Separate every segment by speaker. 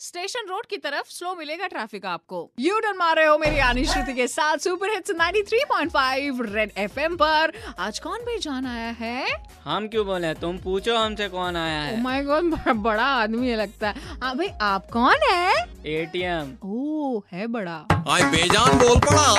Speaker 1: Station road की तरफ slow मिलेगा ट्रैफिक आपको यू डन मार रहे हो मेरी अनिश्रुति के साथ सुपर हिट्स 93.5 रेड एफएम पर आज कौन बेजान आया है Oh
Speaker 2: हम क्यों बोले तुम पूछो हमसे कौन आया
Speaker 1: ओ
Speaker 2: है
Speaker 1: माय गॉड बड़ा आदमी है लगता है हाँ भाई आप कौन है
Speaker 2: एटीएम
Speaker 1: ओ है बड़ा
Speaker 3: आज बेजान बोल पड़ा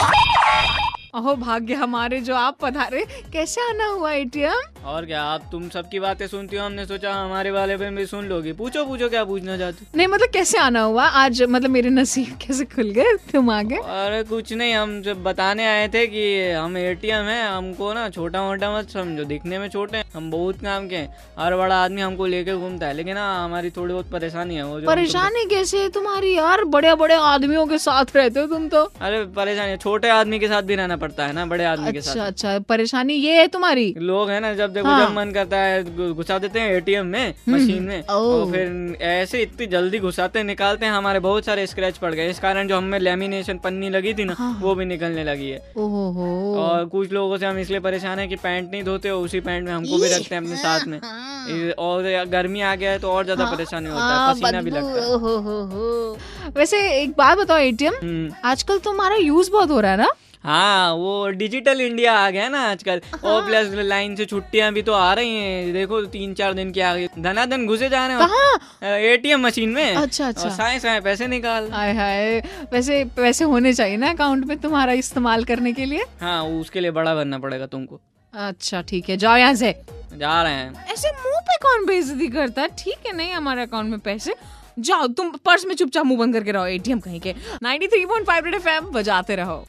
Speaker 1: अहो भाग्य हमारे जो आप पधारे कैसे आना हुआ एटीएम
Speaker 2: और क्या आप तुम सबकी बातें सुनती हो हमने सोचा हमारे वाले पे भी सुन लोगी पूछो पूछो क्या पूछना चाहती
Speaker 1: नहीं मतलब कैसे आना हुआ आज मतलब मेरे नसीब कैसे खुल गए तुम आ गए
Speaker 2: हो? अरे कुछ नहीं हम जब बताने आए थे कि हम एटीएम है हमको ना छोटा मोटा मत समझो दिखने में छोटे हैं हम बहुत काम के हैं हर बड़ा आदमी हमको लेके घूमता है लेकिन हाँ हमारी थोड़ी बहुत परेशानी है वो जो हमको-
Speaker 1: परेशानी कैसे है तुम्हारी यार बड़े बड़े आदमियों के साथ रहते हो तुम तो
Speaker 2: अरे परेशानी छोटे आदमी के साथ भी रहना पड़ता है ना बड़े आदमी के साथ
Speaker 1: अच्छा अच्छा परेशानी ये है तुम्हारी
Speaker 2: लोग है ना जब देखो
Speaker 1: हाँ। हम्म,
Speaker 2: जब मन करता है घु- घुसा देते हैं एटीएम में मशीन में
Speaker 1: ओ।
Speaker 2: और फिर ऐसे इतनी जल्दी घुसाते हैं, निकालते हैं हमारे बहुत सारे स्क्रैच पड़ गए इस कारण जो हमें लेमिनेशन पन्नी लगी थी ना
Speaker 1: हाँ।
Speaker 2: वो भी निकलने लगी है
Speaker 1: ओहो हो
Speaker 2: और कुछ लोगों से हम इसलिए परेशान है कि पैंट नहीं धोते और उसी पैंट में हमको भी रखते हैं अपने साथ में
Speaker 1: हाँ।
Speaker 2: ये- और ये गर्मी आ गया है तो और ज्यादा परेशानी होता है पसीना भी लगता है
Speaker 1: वैसे एक बात बताओ एटीएम
Speaker 2: हम्म।
Speaker 1: आजकल तुम्हारा यूज बहुत हो रहा है ना
Speaker 2: हाँ वो डिजिटल इंडिया आ गया है ना आजकल
Speaker 1: हाँ।
Speaker 2: और प्लस लाइन से छुट्टियां भी तो आ रही हैं देखो तीन चार दिन की आ गई धनाधन घुसे जा रहे हैं
Speaker 1: कहाँ
Speaker 2: एटीएम मशीन में
Speaker 1: अच्छा, अच्छा।
Speaker 2: और साए साए पैसे निकाल
Speaker 1: हाय हाय वैसे पैसे होने चाहिए ना अकाउंट में तुम्हारा इस्तेमाल करने के लिए
Speaker 2: हाँ उसके लिए बड़ा भरना पड़ेगा तुमको
Speaker 1: अच्छा ठीक है जाओ यहाँ से
Speaker 2: जा रहे हैं
Speaker 1: ऐसे मुंह पे कौन बेइज्जती करता है ठीक है नहीं हमारे अकाउंट में पैसे जाओ तुम पर्स में चुपचाप मुंह बंद करके रहो एटीएम कहीं के 93.5 थ्री पॉइंट बजाते रहो